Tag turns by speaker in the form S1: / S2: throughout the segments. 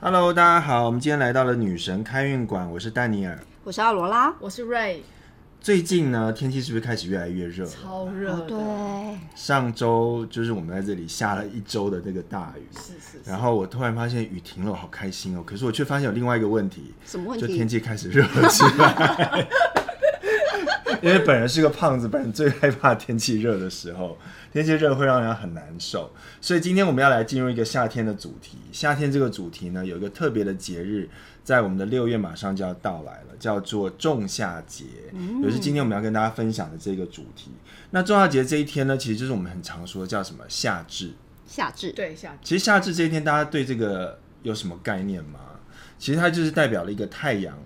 S1: Hello，大家好，我们今天来到了女神开运馆，我是丹尼尔。
S2: 我是奥罗拉。
S3: 我是瑞，
S1: 最近呢，天气是不是开始越来越热了？
S3: 超热
S2: 哦，
S3: 的，
S2: 对，
S1: 上周就是我们在这里下了一周的这个大雨，
S3: 是是是，
S1: 然后我突然发现雨停了，我好开心哦。可是我却发现有另外一个问题，
S2: 什么问
S1: 就天
S2: 题？
S1: 气开始热了起来。 因为本人是个胖子，本人最害怕天气热的时候，天气热会让人很难受。所以今天我们要来进入一个夏天的主题。夏天这个主题呢，有一个特别的节日，在我们的六月马上就要到来了，叫做仲夏节，
S2: 嗯
S1: 也是今天我们要跟大家分享的这个主题。那仲夏节这一天呢，其实就是我们很常说叫什么夏至。
S2: 夏至。
S3: 对下
S1: 其实夏至这一天，大家对这个有什么概念吗？其实它就是代表了一个太阳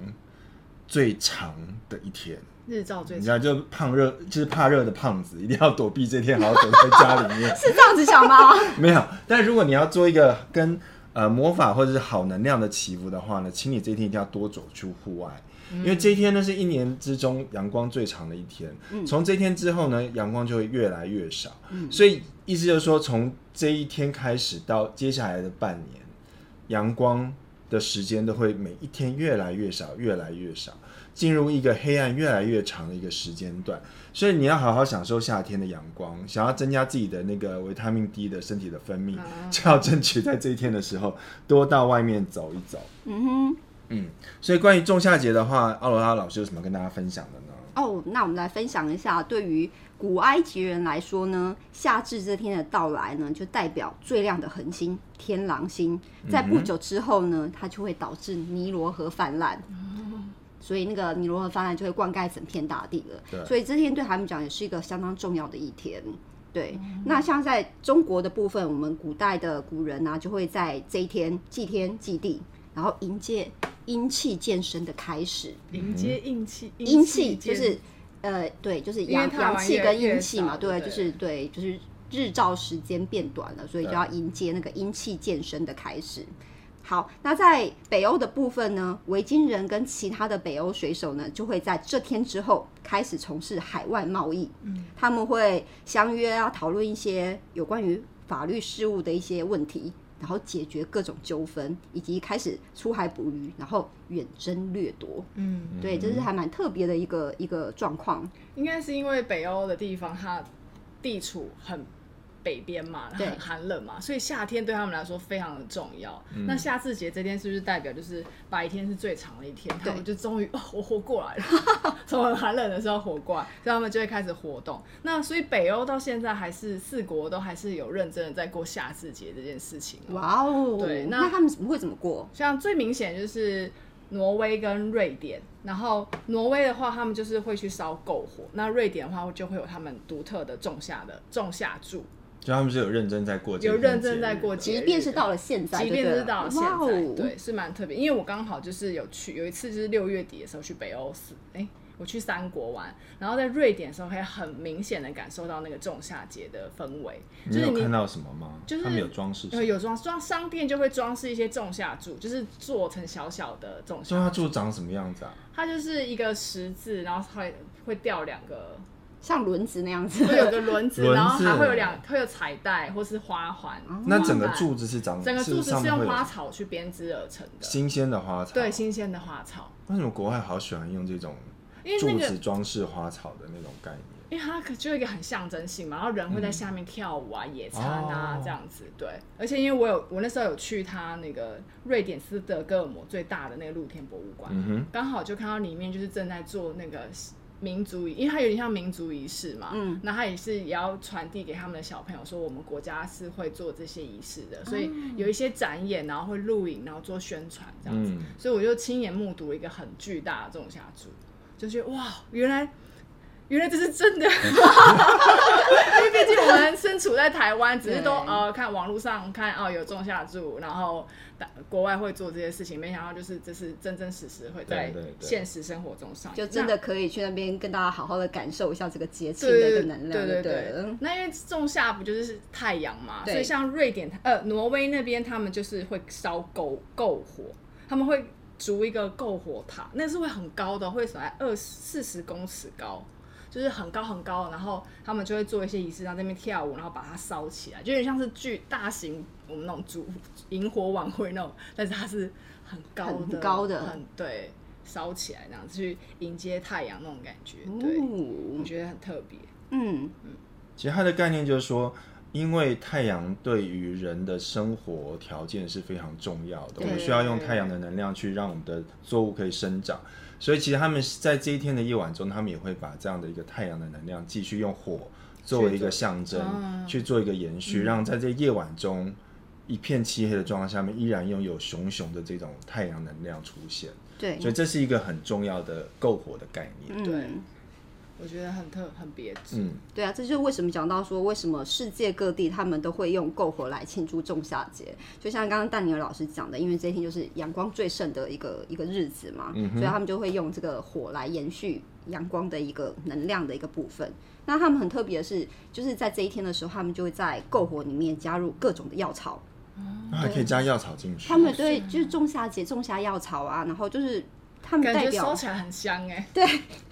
S1: 最长的一天。
S3: 日照最
S1: 你知
S3: 长，
S1: 道，就胖热，就是怕热的胖子，一定要躲避这天，好好躲在家里 面。
S2: 是这样子想吗？
S1: 没有，但如果你要做一个跟呃魔法或者是好能量的祈福的话呢，请你这一天一定要多走出户外，因为这一天呢是一年之中阳光最长的一天。从这一天之后呢，阳光就会越来越少，所以意思就是说，从这一天开始到接下来的半年，阳光的时间都会每一天越来越少，越来越少。进入一个黑暗越来越长的一个时间段，所以你要好好享受夏天的阳光，想要增加自己的那个维他命 D 的身体的分泌，就要争取在这一天的时候多到外面走一走。
S2: 嗯哼。
S1: 嗯，所以关于仲夏节的话，奥罗拉老师有什么跟大家分享的呢？
S2: 哦，那我们来分享一下，对于古埃及人来说呢，夏至这天的到来呢，就代表最亮的恒星天狼星，在不久之后呢，它就会导致尼罗河泛滥。所以那个尼罗河泛滥就会灌溉整片大地
S1: 对
S2: 了，所以这天对他们讲也是一个相当重要的一天。对，那像在中国的部分，我们古代的古人啊，就会在这一天祭天祭地，然后迎接阴气渐生的开始。
S3: 迎接阴气，
S2: 阴嗯气就
S3: 间
S2: 是呃，对，就是
S3: 因为
S2: 阳
S3: 太
S2: 阳
S3: 晚
S2: 气
S3: 越
S2: 跟
S3: 越
S2: 阴气嘛，
S3: 少
S2: 对，
S3: 对不
S2: 就
S3: 对
S2: 是对，就是日照时间变短了，所以就
S1: 对
S2: 要迎接那个阴气渐生的开始。好，那在北欧的部分呢，维京人跟其他的北欧水手呢，就会在这天之后开始从事海外贸易。嗯，他们会相约啊，讨论一些有关于法律事务的一些问题，然后解决各种纠纷，以及开始出海捕鱼，然后远征掠夺。
S3: 嗯，
S2: 对，这是还蛮特别的一个一个状况。
S3: 应该是因为北欧的地方它地处很北边嘛，
S2: 对
S3: 很寒冷嘛，所以夏天对他们来说非常的重要。
S1: 嗯
S3: 那夏至节这天是不是代表就是白天是最长的一天？他们就终于哦，我活过来了， 从很寒冷的时候活过来，所以他们就会开始活动。那所以北欧到现在还是四国都还是有认真的在过夏至节这件事情、哦。
S2: 哇哦，
S3: 对那
S2: 那他们怎么会怎么过？
S3: 像最明显就是挪威跟瑞典，然后挪威的话，他们就是会去烧篝火，那瑞典的话就会有他们独特的仲夏的仲夏柱，
S1: 就他们是有认真在过这一
S3: 有
S1: 天
S3: 认
S1: 节
S3: 真在
S1: 日
S3: 过
S1: 的
S3: 节
S2: 即
S3: 日
S2: 便是
S3: 的
S2: 到了现在就
S3: 即
S2: 对了，
S3: 便是到了现在，
S2: 哇哦，
S3: 对，是蛮特别。因为我刚好就是有去有一次，就是六月底的时候去北欧四，哎、我去三国玩，然后在瑞典的时候，可以很明显的感受到那个仲夏节的氛围，就
S1: 你
S3: 是
S1: 有
S3: 你
S1: 看到什么吗？
S3: 就是
S1: 他们有装饰什
S3: 有
S1: 么，
S3: 有装装商店就会装饰一些仲夏柱，就是做成小小的仲夏
S1: 中夏柱长什么样子啊？
S3: 它就是一个十字，然后会会掉两个，
S2: 像轮子那样子，
S3: 会有个轮子，
S1: 轮子
S3: 然后还会有两会有彩带或是花环。
S1: 那整个
S3: 花瓣
S1: 柱子是长，
S3: 整个柱子
S1: 上
S3: 是
S1: 面会
S3: 用
S1: 有
S3: 花草去编织而成的，
S1: 新鲜的花草。
S3: 对，新鲜的花草，
S1: 为什么国外好喜欢用这种
S3: 因为
S1: 柱
S3: 那个
S1: 子装饰花草的那种概念？
S3: 因为它可就有一个很象征性嘛，然后人会在下面跳舞啊、野餐啊、
S1: 哦
S3: 这样子，对。而且因为我有我那时候有去它那个瑞典斯德哥尔摩最大的那个露天博物馆，
S1: 嗯哼，
S3: 刚好就看到里面就是正在做那个民族仪，因为它有点像民族仪式嘛，
S2: 嗯，
S3: 那它也是也要传递给他们的小朋友说，我们国家是会做这些仪式的，所以有一些展演，然后会录影，然后做宣传这样子，
S1: 嗯
S3: 所以我就亲眼目睹一个很巨大的仲夏柱，就觉得哇，原来。原来这是真的， 因为毕竟我们身处在台湾，只是都
S2: 对
S3: 呃看网络上看哦有仲夏柱，然后大国外会做这些事情，没想到就是这是真真实实会在
S1: 对对对
S3: 现实生活中上 演，
S2: 就真
S3: 那
S2: 的可以去那边跟大家好好的感受一下这个节气的一
S3: 对
S2: 个能量，
S3: 对
S2: 对
S3: 对
S2: 了。。
S3: 那因为仲夏不就是太阳嘛，
S2: 对
S3: 所以像瑞典、呃挪威那边，他们就是会烧篝篝火，他们会筑一个篝火塔，那是会很高的，会大概二四十公尺高。就是很高很高，然后他们就会做一些仪式，然后在那边跳舞，然后把它烧起来，就有点像是巨大型我们那种烛萤火晚会那种，但是它是很高的，
S2: 很高的
S3: 很对，烧起来那样去迎接太阳那种感觉，对，我
S2: 哦，
S3: 觉得很特别。
S2: 嗯，
S1: 其实它的概念就是说，因为太阳对于人的生活条件是非常重要的，
S3: 对
S1: 我们需要用太阳的能量去让我们的作物可以生长。所以其实他们在这一天的夜晚中，他们也会把这样的一个太阳的能量继续用火作为一个象征
S3: 嗯
S1: 去做一个延续，让在这夜晚中一片漆黑的状况下面，依然拥有熊熊的这种太阳能量出现。
S2: 对，
S1: 所以这是一个很重要的篝火的概念。
S3: 对
S2: 嗯，
S3: 我觉得很特很别致。
S1: 嗯，
S2: 对啊，这就是为什么讲到说，为什么世界各地他们都会用篝火来庆祝仲夏节。就像刚刚淡牛老师讲的，因为这一天就是阳光最盛的一个一个日子嘛，所以他们就会用这个火来延续阳光的一个能量的一个部分。那他们很特别的是，就是在这一天的时候，他们就会在篝火里面加入各种的药草，
S1: 那还可以加药草进去。
S2: 他
S3: 啊
S2: 们对就是仲夏节种下药草啊，然后就是他们
S3: 感
S2: 代
S3: 觉
S2: 表
S3: 烧起来很香哎、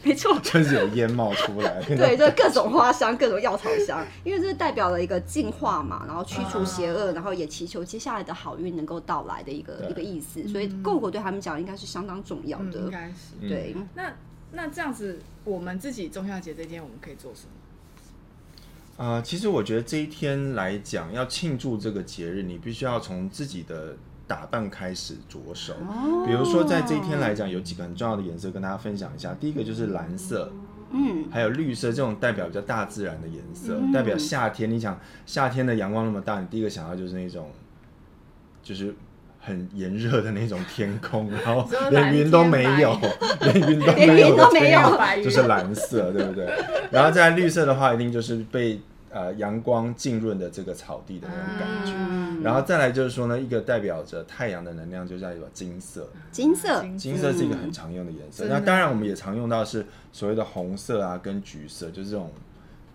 S2: 没错，
S1: 就是有烟冒出来。
S2: 对，就各种花香、各种药草香，因为这代表了一个净化嘛，然后驱除
S1: 啊
S2: 邪恶，然后也祈求接下来的好运能够到来的一个
S1: 对
S2: 一个意思。所以篝火对他们讲应该是相当重要
S3: 嗯，应
S2: 的。
S3: 该是。
S1: 嗯
S2: 对，
S3: 那那这样子，我们自己中秋节这天我们可以做什么？
S1: 啊、其实我觉得这一天来讲，要庆祝这个节日，你必须要从自己的打扮开始着手。
S2: 哦
S1: 比如说，在这一天来讲，有几个很重要的颜色跟大家分享一下。第一个就是蓝色，
S2: 嗯，
S1: 还有绿色这种代表比较大自然的颜色，代表夏天。你想夏天的阳光那么大，你第一个想到就是那种，就是很炎热的那种天空，然 后
S3: 说蓝
S1: 连云都没有， 连云都没有的
S2: 连云都没
S1: 天
S2: 有
S1: 空，就是蓝色，对不对？然后再来绿色的话，一定就是被呃阳光浸润的这个草地的那种感觉。
S3: 嗯
S1: 然后再来就是说呢，一个代表着太阳的能量，就代表金色。
S2: 金色，
S1: 金色是一个很常用的颜色。
S3: 嗯
S1: 那当然，我们也常用到是所谓的红色啊，跟橘色，就是这种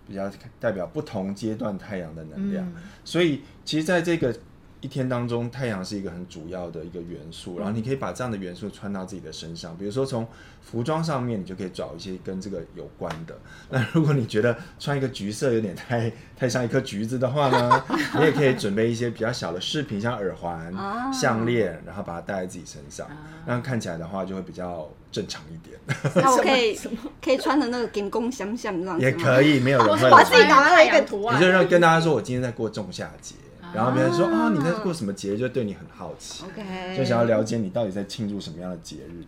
S1: 比较代表不同阶段太阳的能量。所以，其实在这个一天当中，太阳是一个很主要的一个元
S2: 嗯
S1: 素。然后，你可以把这样的元素穿到自己的身上，比如说从服装上面，你就可以找一些跟这个有关的。
S2: 嗯
S1: 那如果你觉得穿一个橘色有点太 太像一颗橘子的话呢， 你也可以准备一些比较小的饰品，像耳环、
S2: 啊
S1: 项链，然后把它戴在自己身上。那样看起来的话就会比较正常一点，
S2: 那我可 以可以穿的那个金工相像这样子
S1: 也
S2: 吗？
S1: 可以，没有人会
S2: 我把自己
S1: 来。
S2: 搞到了一个
S3: 图
S1: 你
S3: 案
S1: 就，让跟大家说，我今天在过仲夏节，然后别人说
S2: 啊
S1: 啊你在过什么节日，就对你很好奇，
S2: OK，
S1: 就想要了解你到底在庆祝什么样的节日。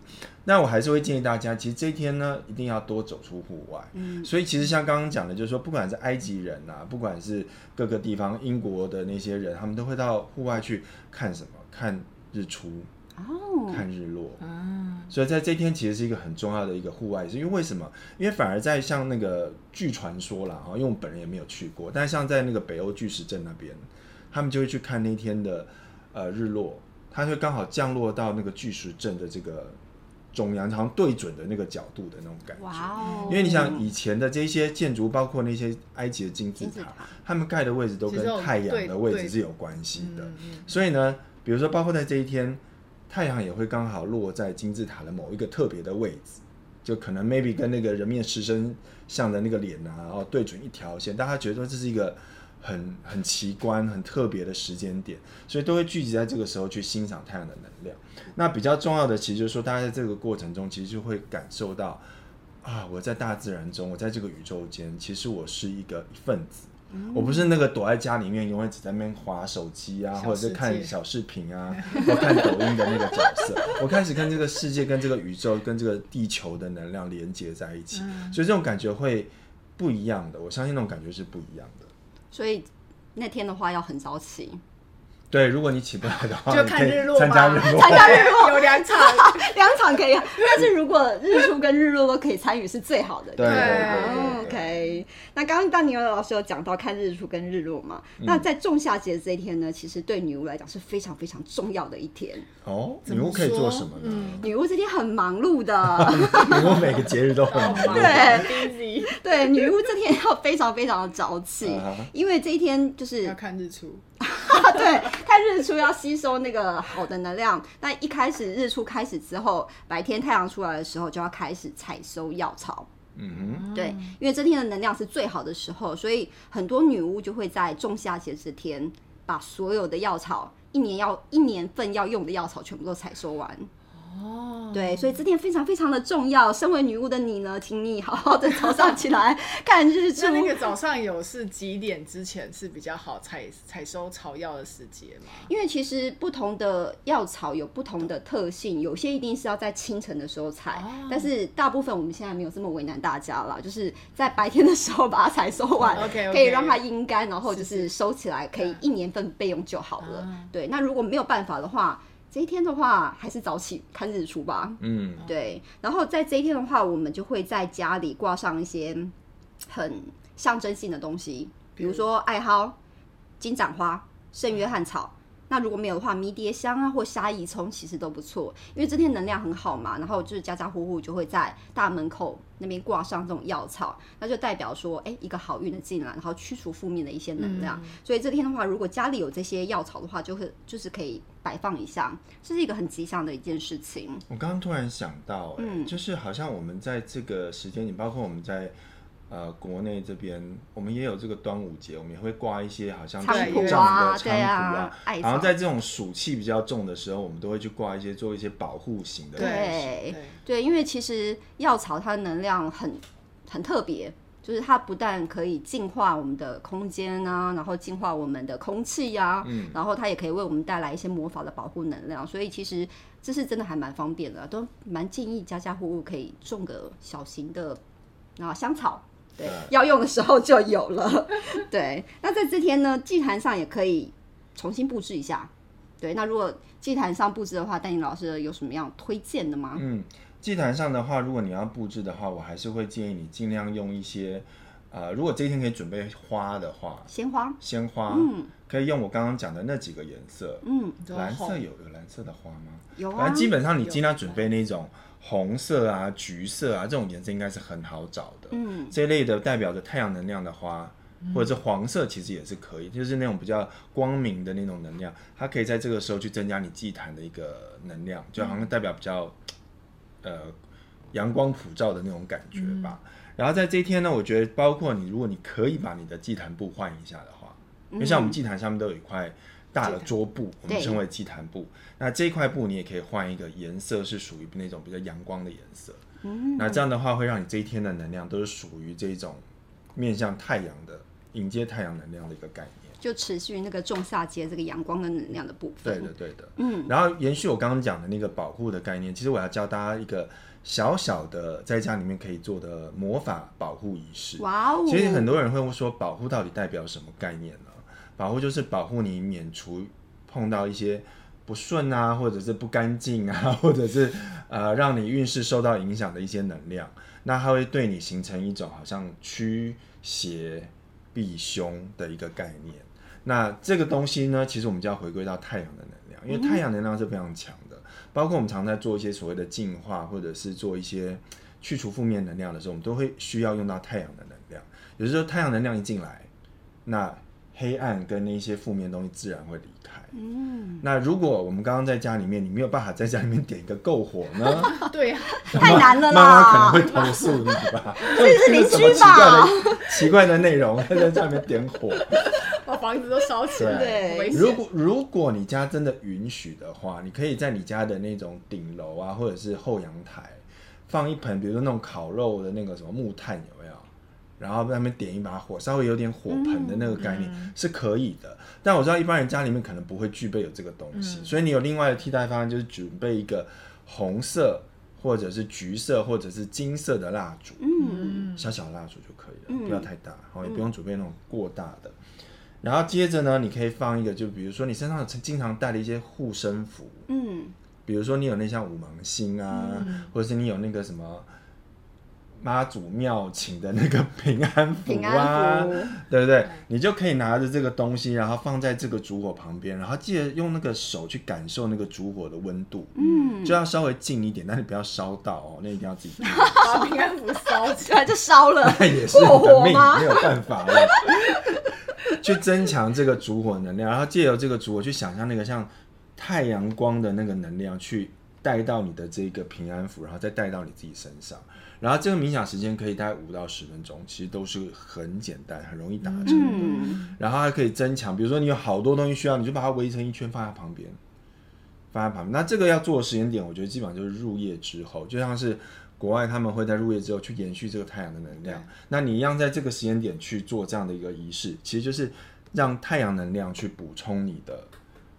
S1: 那我还是会建议大家，其实这一天呢，一定要多走出户外。所以其实像刚刚讲的，就是说，不管是埃及人啊，不管是各个地方英国的那些人，他们都会到户外去看什么？看日出，
S2: 哦，
S1: 看日落。
S3: 嗯，
S1: 所以在这天其实是一个很重要的一个户外仪式，因为为什么？因为反而在像那个据传说啦，哈，因为我本人也没有去过，但是像在那个北欧巨石阵那边，他们就会去看那天的呃日落，它会刚好降落到那个巨石阵的这个中央，好像对准的那个角度的那种感觉。
S2: 哇哦，
S1: 因为你想以前的这些建筑，包括那些埃及的金字
S2: 金字
S1: 塔
S2: 塔，
S1: 他们盖的位置都
S3: 其
S1: 跟
S3: 实有
S1: 太阳
S3: 对
S1: 的位置
S3: 对
S1: 是有关系的。
S3: 嗯嗯
S1: 所以呢，比如说包括在这一天，太阳也会刚好落在金字塔的某一个特别的位置，就可能 maybe 跟那个人面狮身像的那个脸啊，然后对准一条线，大家觉得说这是一个很很奇观、很特别的时间点，所以都会聚集在这个时候去欣赏太阳的能量。那比较重要的，其实就是说，大家在这个过程中，其实就会感受到。啊，我在大自然中，我在这个宇宙间，其实我是一个一份子，我不是那个躲在家里面永远只在那边划手机啊，
S3: 小
S1: 或者是看
S3: 世界
S1: 小视频啊，或看抖音的那个角 色。我开始跟这个世界、跟这个宇宙、跟这个地球的能量连接在一起，
S3: 嗯
S1: 所以这种感觉会不一样的。我相信那种感觉是不一样的。
S2: 所以那天的话要很早起，
S1: 对，如果你起不来的话，
S3: 就
S1: 你
S3: 看
S1: 可以
S3: 日落吧
S1: 参加日落。
S2: 参加日落。
S3: 有两场，
S2: 两场可以，啊但是如果日出跟日落都可以参与是最好的。
S1: 对对
S2: 哦
S1: 对对对
S2: OK，那刚刚大牛老师有讲到看日出跟日落嘛，
S1: 嗯
S2: 那在仲夏节这一天呢，其实对女巫来讲是非常非常重要的一天。
S1: 哦，
S3: 怎
S1: 女
S3: 么
S1: 巫可以做
S3: 说
S1: 什么呢？
S3: 嗯
S2: 女巫这天很忙碌的，
S1: 女巫每个节日都很忙碌。
S3: 对，busy，
S2: 对，女巫这天要非常非常的早 起
S1: 啊哈，
S2: 因为这一天就是
S3: 要看日出，
S2: 啊，对，看日出要吸收那个好的能量。那一开始日出开始之后，白天太阳出来的时候就要开始采收药草。
S1: 嗯哼，
S2: 对，因为这天的能量是最好的时候，所以很多女巫就会在仲夏节这天把所有的药草，一年要一年份要用的药草全部都采收完。
S3: 哦，
S2: 对，所以这天非常非常的重要。身为女巫的你呢，请你好好的早上起来 看日出
S3: 那。那个早上有是几点之前是比较好采采收草药的时节吗？
S2: 因为其实不同的药草有不同的特性，有些一定是要在清晨的时候采，
S3: 哦
S2: 但是大部分我们现在没有这么为难大家了， 就是在白天的时候把它采收完，
S3: 嗯，OK，OK 嗯
S2: 可以让它阴干，然后就是是收起来，可以一年份备用就好了。
S3: 啊
S2: 对，那如果没有办法的话，这一天的话还是早起看日出吧。
S1: 嗯
S2: 对，然后在这一天的话，我们就会在家里挂上一些很象征性的东西，比如说艾蒿、金盏花、圣约翰草。那如果没有的话，迷迭香啊或沙夷葱其实都不错，因为这天能量很好嘛。然后就是家家户户就会在大门口那边挂上这种药草，那就代表说，哎、一个好运的进来，然后去除负面的一些能量。所以这天的话，如果家里有这些药草的话，就会就是可以摆放一下，这是一个很吉祥的一件事情。
S1: 我刚刚突然想到、哎、
S2: 嗯
S1: 就是好像我们在这个时间点，包括我们在呃国内这边，我们也有这个端午节，我们也会挂一些好像
S2: 菖
S1: 水
S3: 蒲
S1: 葬的
S2: 啊
S1: 菖蒲
S2: 对啊艾
S1: 然后
S2: 草
S1: 在这种暑气比较重的时候，我们都会去挂一些做一些保护型的东西。
S2: 对
S3: 对
S2: 对，因为其实药草它的能量很很特别，就是它不但可以净化我们的空间啊，然后净化我们的空气啊呀、
S1: 嗯
S2: 然后它也可以为我们带来一些魔法的保护能量，所以其实这是真的还蛮方便的啊，都蛮建议家家户户可以种个小型的啊香草。对
S1: 对，
S2: 要用的时候就有了。对，那在这天呢，祭坛上也可以重新布置一下。对，那如果祭坛上布置的话，丹尼老师有什么样推荐的吗？
S1: 嗯，祭坛上的话，如果你要布置的话，我还是会建议你尽量用一些，呃，如果这一天可以准备花的话，
S2: 鲜花，
S1: 鲜花，
S2: 嗯
S1: 可以用我刚刚讲的那几个颜色。
S2: 嗯，
S3: 你说
S1: 蓝色
S3: 红
S1: 有有蓝色的花吗？
S2: 有
S1: 反
S2: 啊
S1: 正，基本上你尽量准备那种红色啊、橘色啊这种颜色，应该是很好找的。
S2: 嗯，
S1: 这一类的代表着太阳能量的花，或者是黄色，其实也是可以，就是那种比较光明的那种能量，它可以在这个时候去增加你祭坛的一个能量，就好像代表比较，呃，阳光普照的那种感觉吧。然后在这一天呢，我觉得包括你，如果你可以把你的祭坛布换一下的话，因为像我们祭坛上面都有一块大的桌布，我们
S2: 对
S1: 称为祭坛布。那这一块布你也可以换一个颜色，是属于那种比较阳光的颜色。
S2: 嗯
S1: 那这样的话，会让你这一天的能量都是属于这种面向太阳的，迎接太阳能量的一个概念。
S2: 就持续那个仲夏节这个阳光跟能量的部
S1: 对
S2: 分。
S1: 的，对的。
S2: 嗯，
S1: 然后延续我刚刚讲的那个保护的概念，其实我要教大家一个小小的在家里面可以做的魔法保护仪式。
S2: 哇哦，
S1: 其实很多人会说，保护到底代表什么概念呢？保护就是保护你免除碰到一些不顺啊，或者是不干净啊， 或者是呃让你运势受到影响的一些能量。那它会对你形成一种好像驱邪避凶的一个概念。那这个东西呢，其实我们就要回归到太阳的能量，因为太阳能量是非常强的。包括我们常在做一些所谓的净化，或者是做一些去除负面能量的时候，我们都会需要用到太阳的能量。有时候太阳能量一进来，那黑暗跟那些负面东西自然会离开。
S2: 嗯，
S1: 那如果我们刚刚在家里面，你没有办法在家里面点一个篝火 呢？
S3: 对啊，
S2: 太难
S1: 妈
S2: 了
S1: 妈
S2: 啦
S1: 可能会投诉你吧？
S2: 啊这 是邻
S1: 什么
S2: 居
S1: 奇怪
S2: 吧？
S1: 的奇怪的内容在家里面点火。
S3: 把房子都烧起来，
S2: 对
S3: 危险
S1: 如果如果你家真的允许的话，你可以在你家的那种顶楼啊，或者是后阳台放一盆，比如说那种烤肉的那个什么木炭，有没有？然后在那边点一把火，稍微有点火盆的那个概念、
S3: 嗯
S1: 是可以的。但我知道一般人家里面可能不会具备有这个东西，所以你有另外的替代方案，就是准备一个红色或者是橘色或者是金色的蜡烛。
S2: 嗯，
S3: 嗯，
S1: 小小的蜡烛就可以了，
S2: 嗯
S1: 不要太大，好、也不用准备那种过大的。然后接着呢，你可以放一个，就比如说你身上有经常带的一些护身符，
S2: 嗯，
S1: 比如说你有那像五芒星啊，或者是你有那个什么妈祖庙请的那个平安符
S2: 平
S1: 啊，
S2: 安符，
S1: 对不对？你就可以拿着这个东西，然后放在这个烛火旁边，然后记得用那个手去感受那个烛火的温度，
S2: 嗯，
S1: 就要稍微近一点，但是不要烧到哦，那一定要 自己注意。，
S3: 把平安符烧起来，
S2: 对， 就烧了
S1: 也是
S2: 过
S1: 你的
S2: 火
S1: 命，
S2: 吗
S1: 没？有办法了。去增强这个烛火能量，然后借由这个烛火去想象那个像太阳光的那个能量，去带到你的这个平安符，然后再带到你自己身上。然后这个冥想时间可以大概五到十分钟，其实都是很简单、很容易达成。
S2: 嗯，
S1: 然后还可以增强，比如说你有好多东西需要，你就把它围成一圈放在旁边，放在旁边。那这个要做的时间点，我觉得基本上就是入夜之后，就像是国外他们会在入夜之后去延续这个太阳的能量
S3: 对。
S1: 那你一样在这个时间点去做这样的一个仪式，其实就是让太阳能量去补充你的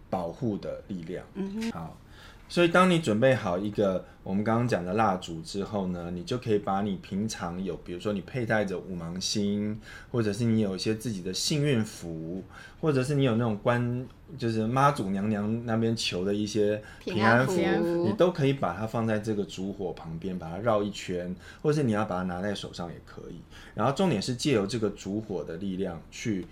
S1: 保护的力量。嗯，好。所以，当你准备好一个我们刚刚讲的蜡烛之后呢，你就可以把你平常有，比如说你佩戴着五芒星，或者是你有一些自己的幸运符，或者是你有那种关，就是妈祖娘娘那边求的一些
S2: 平
S1: 平
S2: 安
S1: 安符，
S2: 符
S1: 你都可以把它放在这个烛火旁边，把它绕一圈，或是你要把它拿在手上也可以。然后重点是借由这个烛火的力量去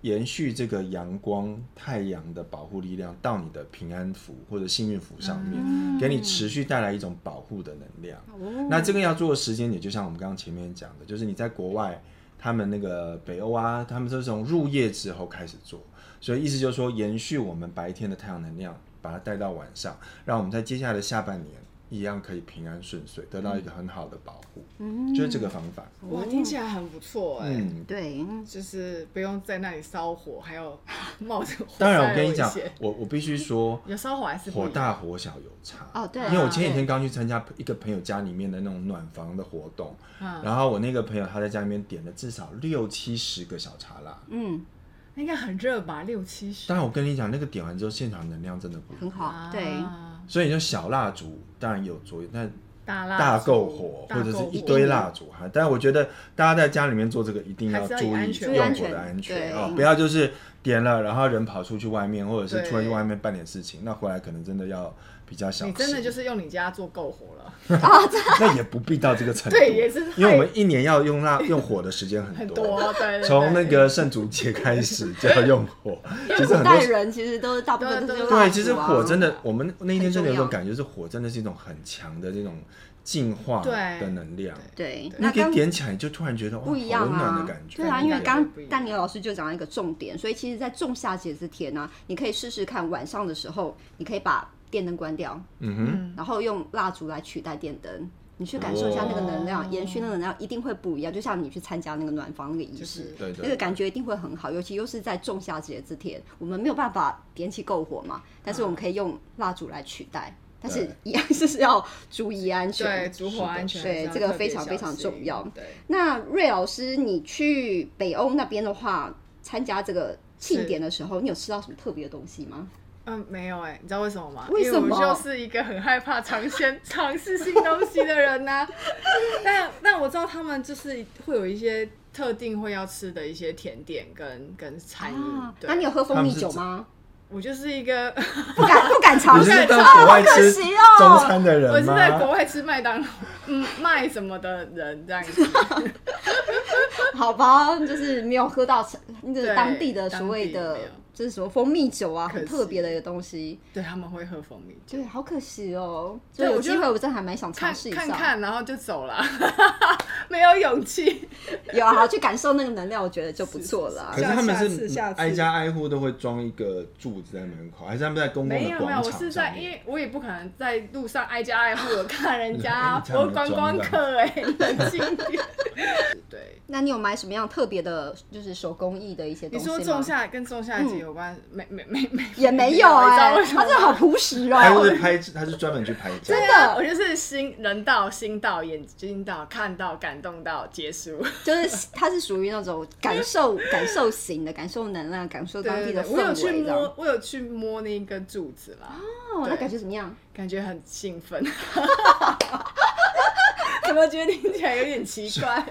S1: 延续这个阳光、太阳的保护力量到你的平安符或者幸运符上
S2: 嗯
S1: 面， 给你持续带来一种保护的能量。
S2: 哦
S1: 那这个要做的时间点，就像我们刚刚前面讲的，就是你在国外，他们那个北欧啊，他们这种入夜之后开始做，所以意思就是说，延续我们白天的太阳能量，把它带到晚上，让我们在接下来的下半年一样可以平安顺遂，得到一个很好的保护，
S2: 嗯
S1: 就是这个方法。
S3: 哇，听起来很不错哎、
S1: 嗯，
S2: 对，嗯
S3: 就是不用在那里烧火，还有冒着火
S1: 当然，
S3: 灾
S1: 我跟你
S3: 危
S1: 讲
S3: 险，
S1: 我我必须说，
S3: 有烧火还是不
S1: 火
S3: 一样
S1: 大火小有差。
S2: 嗯哦对啊
S1: 因为我前几天刚去参加一个朋友家里面的那种暖房的活动，
S3: 嗯
S1: 然后我那个朋友他在家里面点了至少六七十个小茶辣。
S2: 嗯，
S3: 应该很热吧，六七十
S1: 但我跟你讲，那个点完之后，现场能量真的不一样
S2: 很好，对，
S3: 啊
S1: 所以就小蜡烛当然有作用，但
S3: 大蜡
S1: 大
S3: 烛
S1: 篝火
S3: 大
S1: 或者是
S3: 篝
S1: 一
S3: 火嗯
S1: 堆蜡烛哈。但我觉得大家在家里面做这个一定
S3: 还是要以
S1: 注
S3: 安
S1: 意
S3: 全
S2: 为
S1: 用
S2: 主
S1: 火的安全
S2: 对
S1: 啊、不要就是点了，然后人跑出去外面，或者是
S3: 对
S1: 突然去外面办点事情，那回来可能真的要比较小
S3: 嗯
S1: 心。
S3: 你真的就是用你家做篝火了，
S1: 那也不必到这个程度，
S3: 对也是
S1: 因为我们
S3: 太
S1: 一年要用蜡用火的时间
S3: 很
S1: 很
S3: 多
S1: 多。
S3: 对，对
S1: 从
S3: 对
S1: 那个圣烛节开始就要用 火，其实
S2: 古
S1: 很多
S2: 代人其实都大部分都是用蜡
S1: 对，
S2: 烛
S1: 其实
S2: 啊
S1: 火真的，我们那天真的有种
S2: 很重要
S1: 感觉，是火真的是一种很强的这种净化
S3: 对
S1: 的能量。
S2: 对，
S1: 你
S2: 那
S1: 可以
S2: 刚
S1: 点起来，就突然觉得哇，好
S2: 不一样
S1: 温暖的
S2: 啊
S1: 感，觉。
S2: 对啊，因为
S3: 感觉
S2: 刚
S3: 不一样
S2: 丹尼尔老师就讲了一个重点，所以其实，在仲夏节这天呢、你可以试试看，晚上的时候，你可以把电灯关掉，
S1: 嗯哼，
S2: 然后用蜡烛来取代电灯，你去感受一下那个能量，
S3: 哦
S2: 延续那个能量一定会不一样。就像你去参加那个暖房那个仪
S3: 就是
S2: 式，
S1: 对对
S2: 那个感觉一定会很好。尤其又是在仲夏节这天，我们没有办法点起篝火嘛，但是我们可以用蜡烛来取代，但是
S1: 对
S2: 一样是要注意安
S3: 对
S2: 全。
S3: 烛火安全，
S2: 对
S3: 还是要
S2: 这个
S3: 特别
S2: 非常
S3: 小
S2: 非常
S3: 心
S2: 重要
S3: 对，
S2: 那瑞老师，你去北欧那边的话，参加这个庆典的时候，你有吃到什么特别的东西吗？
S3: 嗯，没有哎、你知道为什么吗？
S2: 为什么
S3: 因为我就是一个很害怕尝鲜、 尝试新东西的人呐、但但我知道他们就是会有一些特定会要吃的一些甜点跟跟餐饮。
S2: 啊，
S3: 哎对
S2: 那你有喝蜂蜜酒吗？
S3: 我就是一个，
S2: 不 敢不敢尝
S1: 你
S2: 试
S1: 就是
S3: 感觉
S1: 到国外
S2: 好可
S1: 吃
S2: 惜哦
S1: 中餐的
S3: 我
S1: 人
S3: 是在国
S1: 吗？
S3: 外吃麦当劳、嗯卖什么的人这 样子。
S2: 好吧，就是没有喝到那个
S3: 对
S2: 当地的所谓
S3: 当地没
S2: 的
S3: 有，
S2: 就是什么蜂蜜酒啊，
S3: 可惜
S2: 很特别的一个东西。
S3: 对，他们会喝蜂蜜酒，
S2: 对，好可惜哦。就
S3: 对
S2: 有
S3: 我就
S2: 机会，我真的还蛮想尝
S3: 看
S2: 试一下。
S3: 看看，然后就走了， 没有勇气。
S2: 有啊，去感受那个能量，我觉得就不错啦
S1: 可。是他们
S3: 下次
S1: 是
S3: 下次
S1: 挨家挨户都会装一个柱子在门口，还是他们在公
S3: 没
S1: 共的
S3: 有没有，
S1: 广
S3: 我
S1: 场
S3: 是在，
S1: 上
S3: 因
S1: 面？
S3: 为我也不可能在路上挨家挨户的看人
S1: 哎
S3: 家，
S1: 你这样
S3: 我观光客哎、冷静一点。对，
S2: 那你有买什么样特别的，就是手工艺的一些
S3: 你
S2: 东西吗？
S3: 说仲夏跟仲夏节有关，没没没没，
S2: 也没有
S3: 你知道
S2: 哎，
S3: 为什么
S2: 他真的好朴实
S1: 他就
S2: 哦。
S1: 是拍，他是专门去拍照。
S3: 对啊，我就是心人到、心到、眼睛到、看到、感动到结束。
S2: 就是它是属于那种感受感受型的，感受能量，感受
S3: 对
S2: 当地
S3: 对
S2: 的
S3: 对，
S2: 氛
S3: 我有去
S2: 围这样。
S3: 摸，我有去摸那一根柱子啦，
S2: 哦，那感觉怎么样？
S3: 感觉很兴奋。怎么觉得听起来有点奇 怪？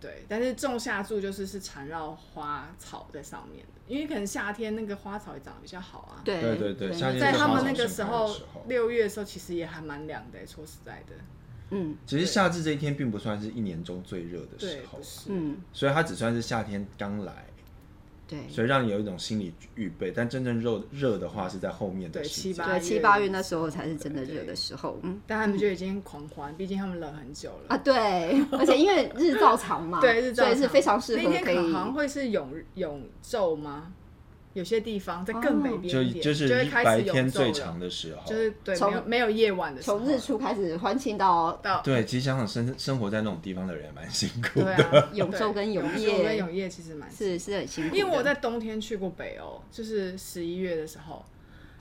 S3: 对，但是种夏柱就是是缠绕花草在上面的，因为可能夏天那个花草也长得比较好啊。，
S2: 对
S1: 对对对夏天
S3: 在
S1: 是
S3: 他
S1: 花草
S3: 们那个
S1: 盛
S3: 时
S1: 开的
S3: 候
S1: 时候
S3: 六月的时候，其实也还蛮凉的、说实在的，
S2: 嗯
S1: 其实夏至这一天并不算是一年中最热的时
S3: 对，
S1: 候
S3: 不，是，
S2: 嗯，
S1: 所以它只算是夏天刚来，
S2: 对。
S1: 所以让你有一种心理预备。但真正热热的话是在后面的
S3: 对
S1: 时
S3: 七
S1: 间
S3: 八。
S2: 对，七八月那时候才是真的热的时候，嗯
S3: 但他们就已经狂欢，毕竟他们冷很久了。
S2: 啊，对， 而且因为日照长嘛，
S3: 对，日照
S2: 啊所以是
S3: 长
S2: 非常适合
S3: 那天
S2: 可以
S3: 好像会是永永昼吗？有些地方在
S2: 哦
S3: 更北边
S1: 就
S3: 一点，
S1: 就是
S3: 会
S1: 离
S3: 开
S1: 白
S3: 始有
S1: 天最
S3: 昼了
S1: 长的时候，
S3: 就是对没有
S2: 从
S3: 没有夜晚的时候
S2: 从日出开始欢庆到
S3: 到
S1: 对，其实想想生生活在那种地方的人也蛮辛苦
S3: 对
S1: 的。
S3: 啊，
S2: 永
S3: 对
S2: 昼跟永夜
S3: 昼跟永夜其实蛮
S2: 是是很辛苦的。
S3: 因为我在冬天去过北欧，就是十一月的时候，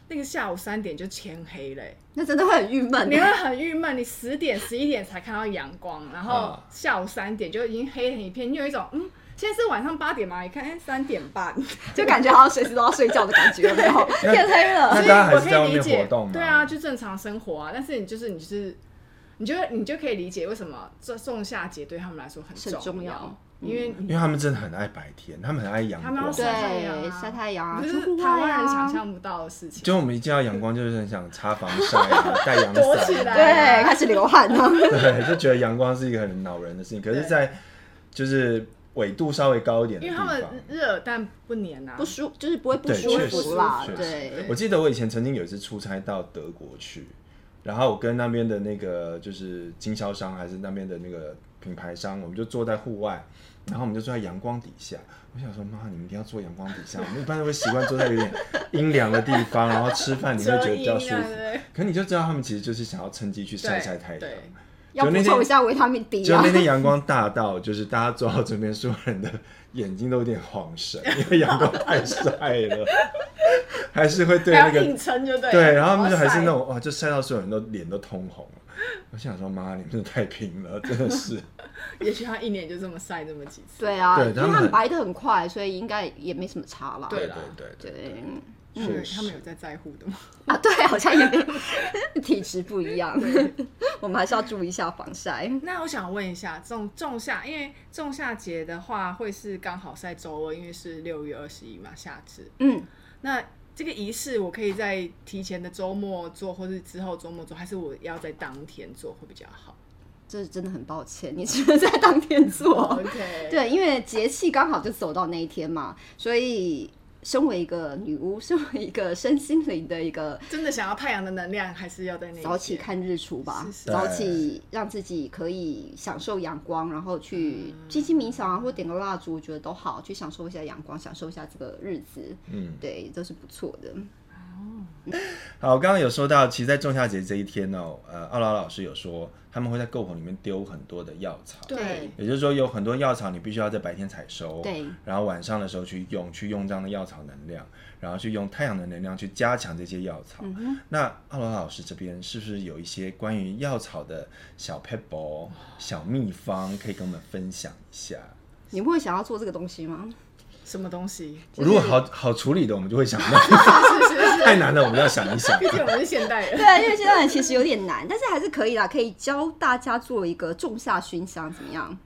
S3: 那个下午三点就天黑嘞、
S2: 那真的会很郁闷
S3: 你。会很郁闷。你十点、十一点才看到阳光，然后
S1: 啊
S3: 下午三点就已经黑成一片，你有一种嗯，现在是晚上八点嘛，你看哎三点半，
S2: 就感觉好像随时都要睡觉的感觉，有没有？
S1: 那
S2: 天黑 了
S1: 那
S3: 所以
S1: 大家还
S3: 我
S1: 是
S3: 可
S1: 在外
S3: 以理
S1: 面
S3: 解
S1: 活动嘛，
S3: 对啊，就正常生活啊。但是你就是你就是，你就你就可以理解为什么这仲夏节对他们来说很
S2: 很重要嗯
S3: 要，因为
S1: 因为他们真的很爱白天，他们很爱阳
S3: 他们要
S1: 光。
S3: 晒太阳
S2: 对
S3: 啊
S2: 晒太阳啊
S3: 不
S2: 出户外
S3: 是台湾人
S2: 啊
S3: 想象不到的事情。
S1: 就我们一见到阳光，就是很想擦防晒 啊，带阳
S3: 躲起
S1: 伞啊，
S2: 对，
S3: 来
S2: 开始流汗了。
S1: 对， 就觉得阳光是一个很恼人的事情。可是，
S3: 对
S1: 在就是纬度稍微高一点的
S3: 因
S1: 地
S3: 为他
S1: 方，
S3: 们热但不黏啊，
S2: 不舒就是不会不
S1: 对
S2: 舒
S1: 确
S2: 服
S1: 实
S2: 啦，
S1: 确实
S2: 对
S1: 我记得我以前曾经有一次出差到德国去，然后我跟那边的那个就是经销商还是那边的那个品牌商，我们就坐在户外，然后我们就坐在阳光底下。我想说，妈，你们一定要坐阳光底下，我们一般都会习惯坐在有点阴凉的地方，然后吃饭你会
S3: 遮
S1: 觉得比较
S3: 阴
S1: 舒
S3: 啊
S1: 服。
S3: 对
S1: 可你就知道他们其实就是想要趁机去晒
S3: 对
S1: 晒太阳
S3: 对。
S2: 要
S1: 就那
S2: 补
S1: 天
S2: 充一下维他命 D
S1: 就
S2: 啊
S1: 那。天阳光大到，就是大家坐到这边，所有人的眼睛都有点晃神，因为阳光太晒了，还是会对
S3: 还
S1: 那
S3: 要
S1: 个
S3: 硬撑就对了。
S1: 对，然后他们就还是那
S3: 哇
S1: 种哇，就晒到所有人都脸都通红了。我想说，妈，你们真的太拼了，真的是。
S3: 塞，也许他一年就这么晒这么几次。
S2: 对啊，
S1: 对
S2: 因为
S1: 他们
S2: 他们
S1: 很
S2: 白的很快，所以应该也没什么差啦。
S3: 对
S1: 对
S3: 啦
S1: 对对
S2: 对
S1: 对，
S3: 对
S1: 确
S3: 嗯他们有
S1: 实。
S3: 在在乎的吗？
S2: 啊，对，好像也没 体质不一样，我们还是要注意一下防晒。
S3: 那我想问一下，仲仲夏，因为仲夏节的话会是刚好晒周二，因为是六月二十一嘛，夏至。
S2: 嗯，
S3: 那这个仪式我可以在提前的周末做，或是之后周末做，还是我要在当天做会比较好
S2: 这真的很抱歉，你只能在当天
S3: 哦
S2: 做。
S3: ？OK，，
S2: 对，因为节气刚好就走到那一天嘛，所以身为一个女巫，身为一个身心灵的一个
S3: 真的想要太阳的能量，还是要在那一天
S2: 早起。看日出吧，
S3: 是是
S2: 早起让自己可以享受阳光，然后去静心冥想啊，或点个蜡烛，我觉得都好，去享受一下阳光，享受一下这个日子，
S1: 嗯，
S2: 对，都是不错的。
S1: 好，刚刚有说到，其实，在仲夏节这一天呢、哦，呃，奥劳老师有说，他们会在篝火里面丢很多的药草，
S3: 对，
S1: 也就是说，有很多药草你必须要在白天采收，
S2: 对，
S1: 然后晚上的时候去用，去用这样的药草能量，然后去用太阳的能量去加强这些药草。那奥罗老师这边是不是有一些关于药草的小 pebble、小秘方可以跟我们分享一下？
S2: 你们会想要做这个东西吗？
S3: 什么东西？
S1: 如果好好处理的，我们就会想到；
S3: 是是是，
S1: 太难的，我们要想一想
S3: 毕。竟我们是现代人。
S2: 对，啊因为现在其实有点难，但是还是可以啦，可以教大家做一个仲夏熏香，怎么样？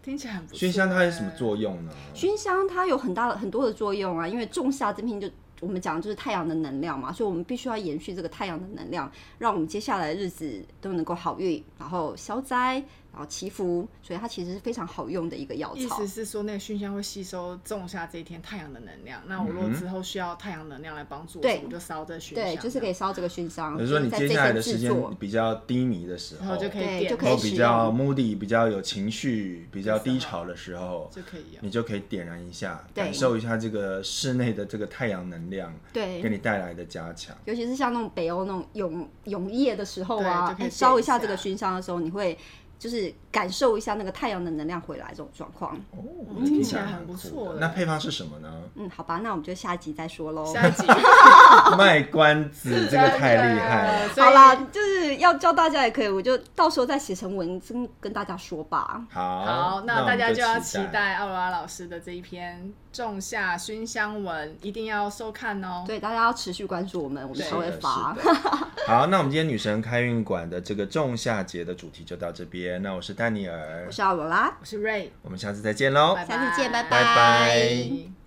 S3: 听起来很不错。
S1: 熏香它有什么？作用呢？
S2: 熏香它有很大的很多的作用啊，因为仲夏这篇就我们讲的就是太阳的能量嘛，所以我们必须要延续这个太阳的能量，让我们接下来的日子都能够好运，然后消灾，然后祈福，所以它其实是非常好用的一个药
S3: 意
S2: 草
S3: 思。是说，那个熏香会吸收仲夏这一天太阳的能量。那我如果之后需要太阳能量来帮助我，
S2: 对
S3: 我就烧这熏香，
S2: 对，就是可以烧这个熏香，
S1: 比如说你
S2: 在
S1: 接
S2: 这
S1: 下来
S2: 天
S1: 的时
S2: 制
S1: 间
S2: 作，
S1: 比较低迷的时
S3: 然
S1: 候
S3: 后，就可以
S2: 对
S3: 点，
S2: 就可以
S1: 或
S2: 使
S1: 比
S2: 用
S1: 较 moody、比较有情绪、比较低潮的时候，
S3: 就可以用。
S1: 你就可以点燃一下，
S2: 对
S1: 感受一下这个室内的这个太阳能量给
S2: 对。
S1: 你带来的加强。
S2: 尤其是像那种北欧那种永永夜的时候啊
S3: 对就，可以
S2: 哎
S3: 点
S2: 烧一
S3: 一
S2: 下
S3: 下
S2: 这个熏香的时候，你会就是感受一下那个太阳的能量回来这种状况。
S1: 哦
S3: 嗯听起来很不错
S1: 那配方是什么呢？
S2: 嗯，好吧，那我们就下一集再说喽。
S3: 下一集
S1: 卖关子，这个太厉害 了。
S3: 真的
S2: 好啦，就是要教大家也可以，我就到时候再写成文字跟大家说吧。
S1: 好，
S3: 啊好，
S1: 那我
S3: 那大
S1: 们
S3: 家就要期
S1: 期。
S3: 待奥罗拉老师的这一篇《仲夏熏香文》，一定要收看哦。
S2: 对，大家要持续关注我们，我们才会
S1: 是的
S2: 发。
S1: 是的好，那我们今天女神开运馆的这个仲夏节的主题就到这边。那我是丹尼尔
S2: 我，是奥罗拉，
S3: 我是 Ray，
S1: 我们下次再见喽，
S3: 拜拜，
S2: 下次见拜
S1: 拜拜
S3: 拜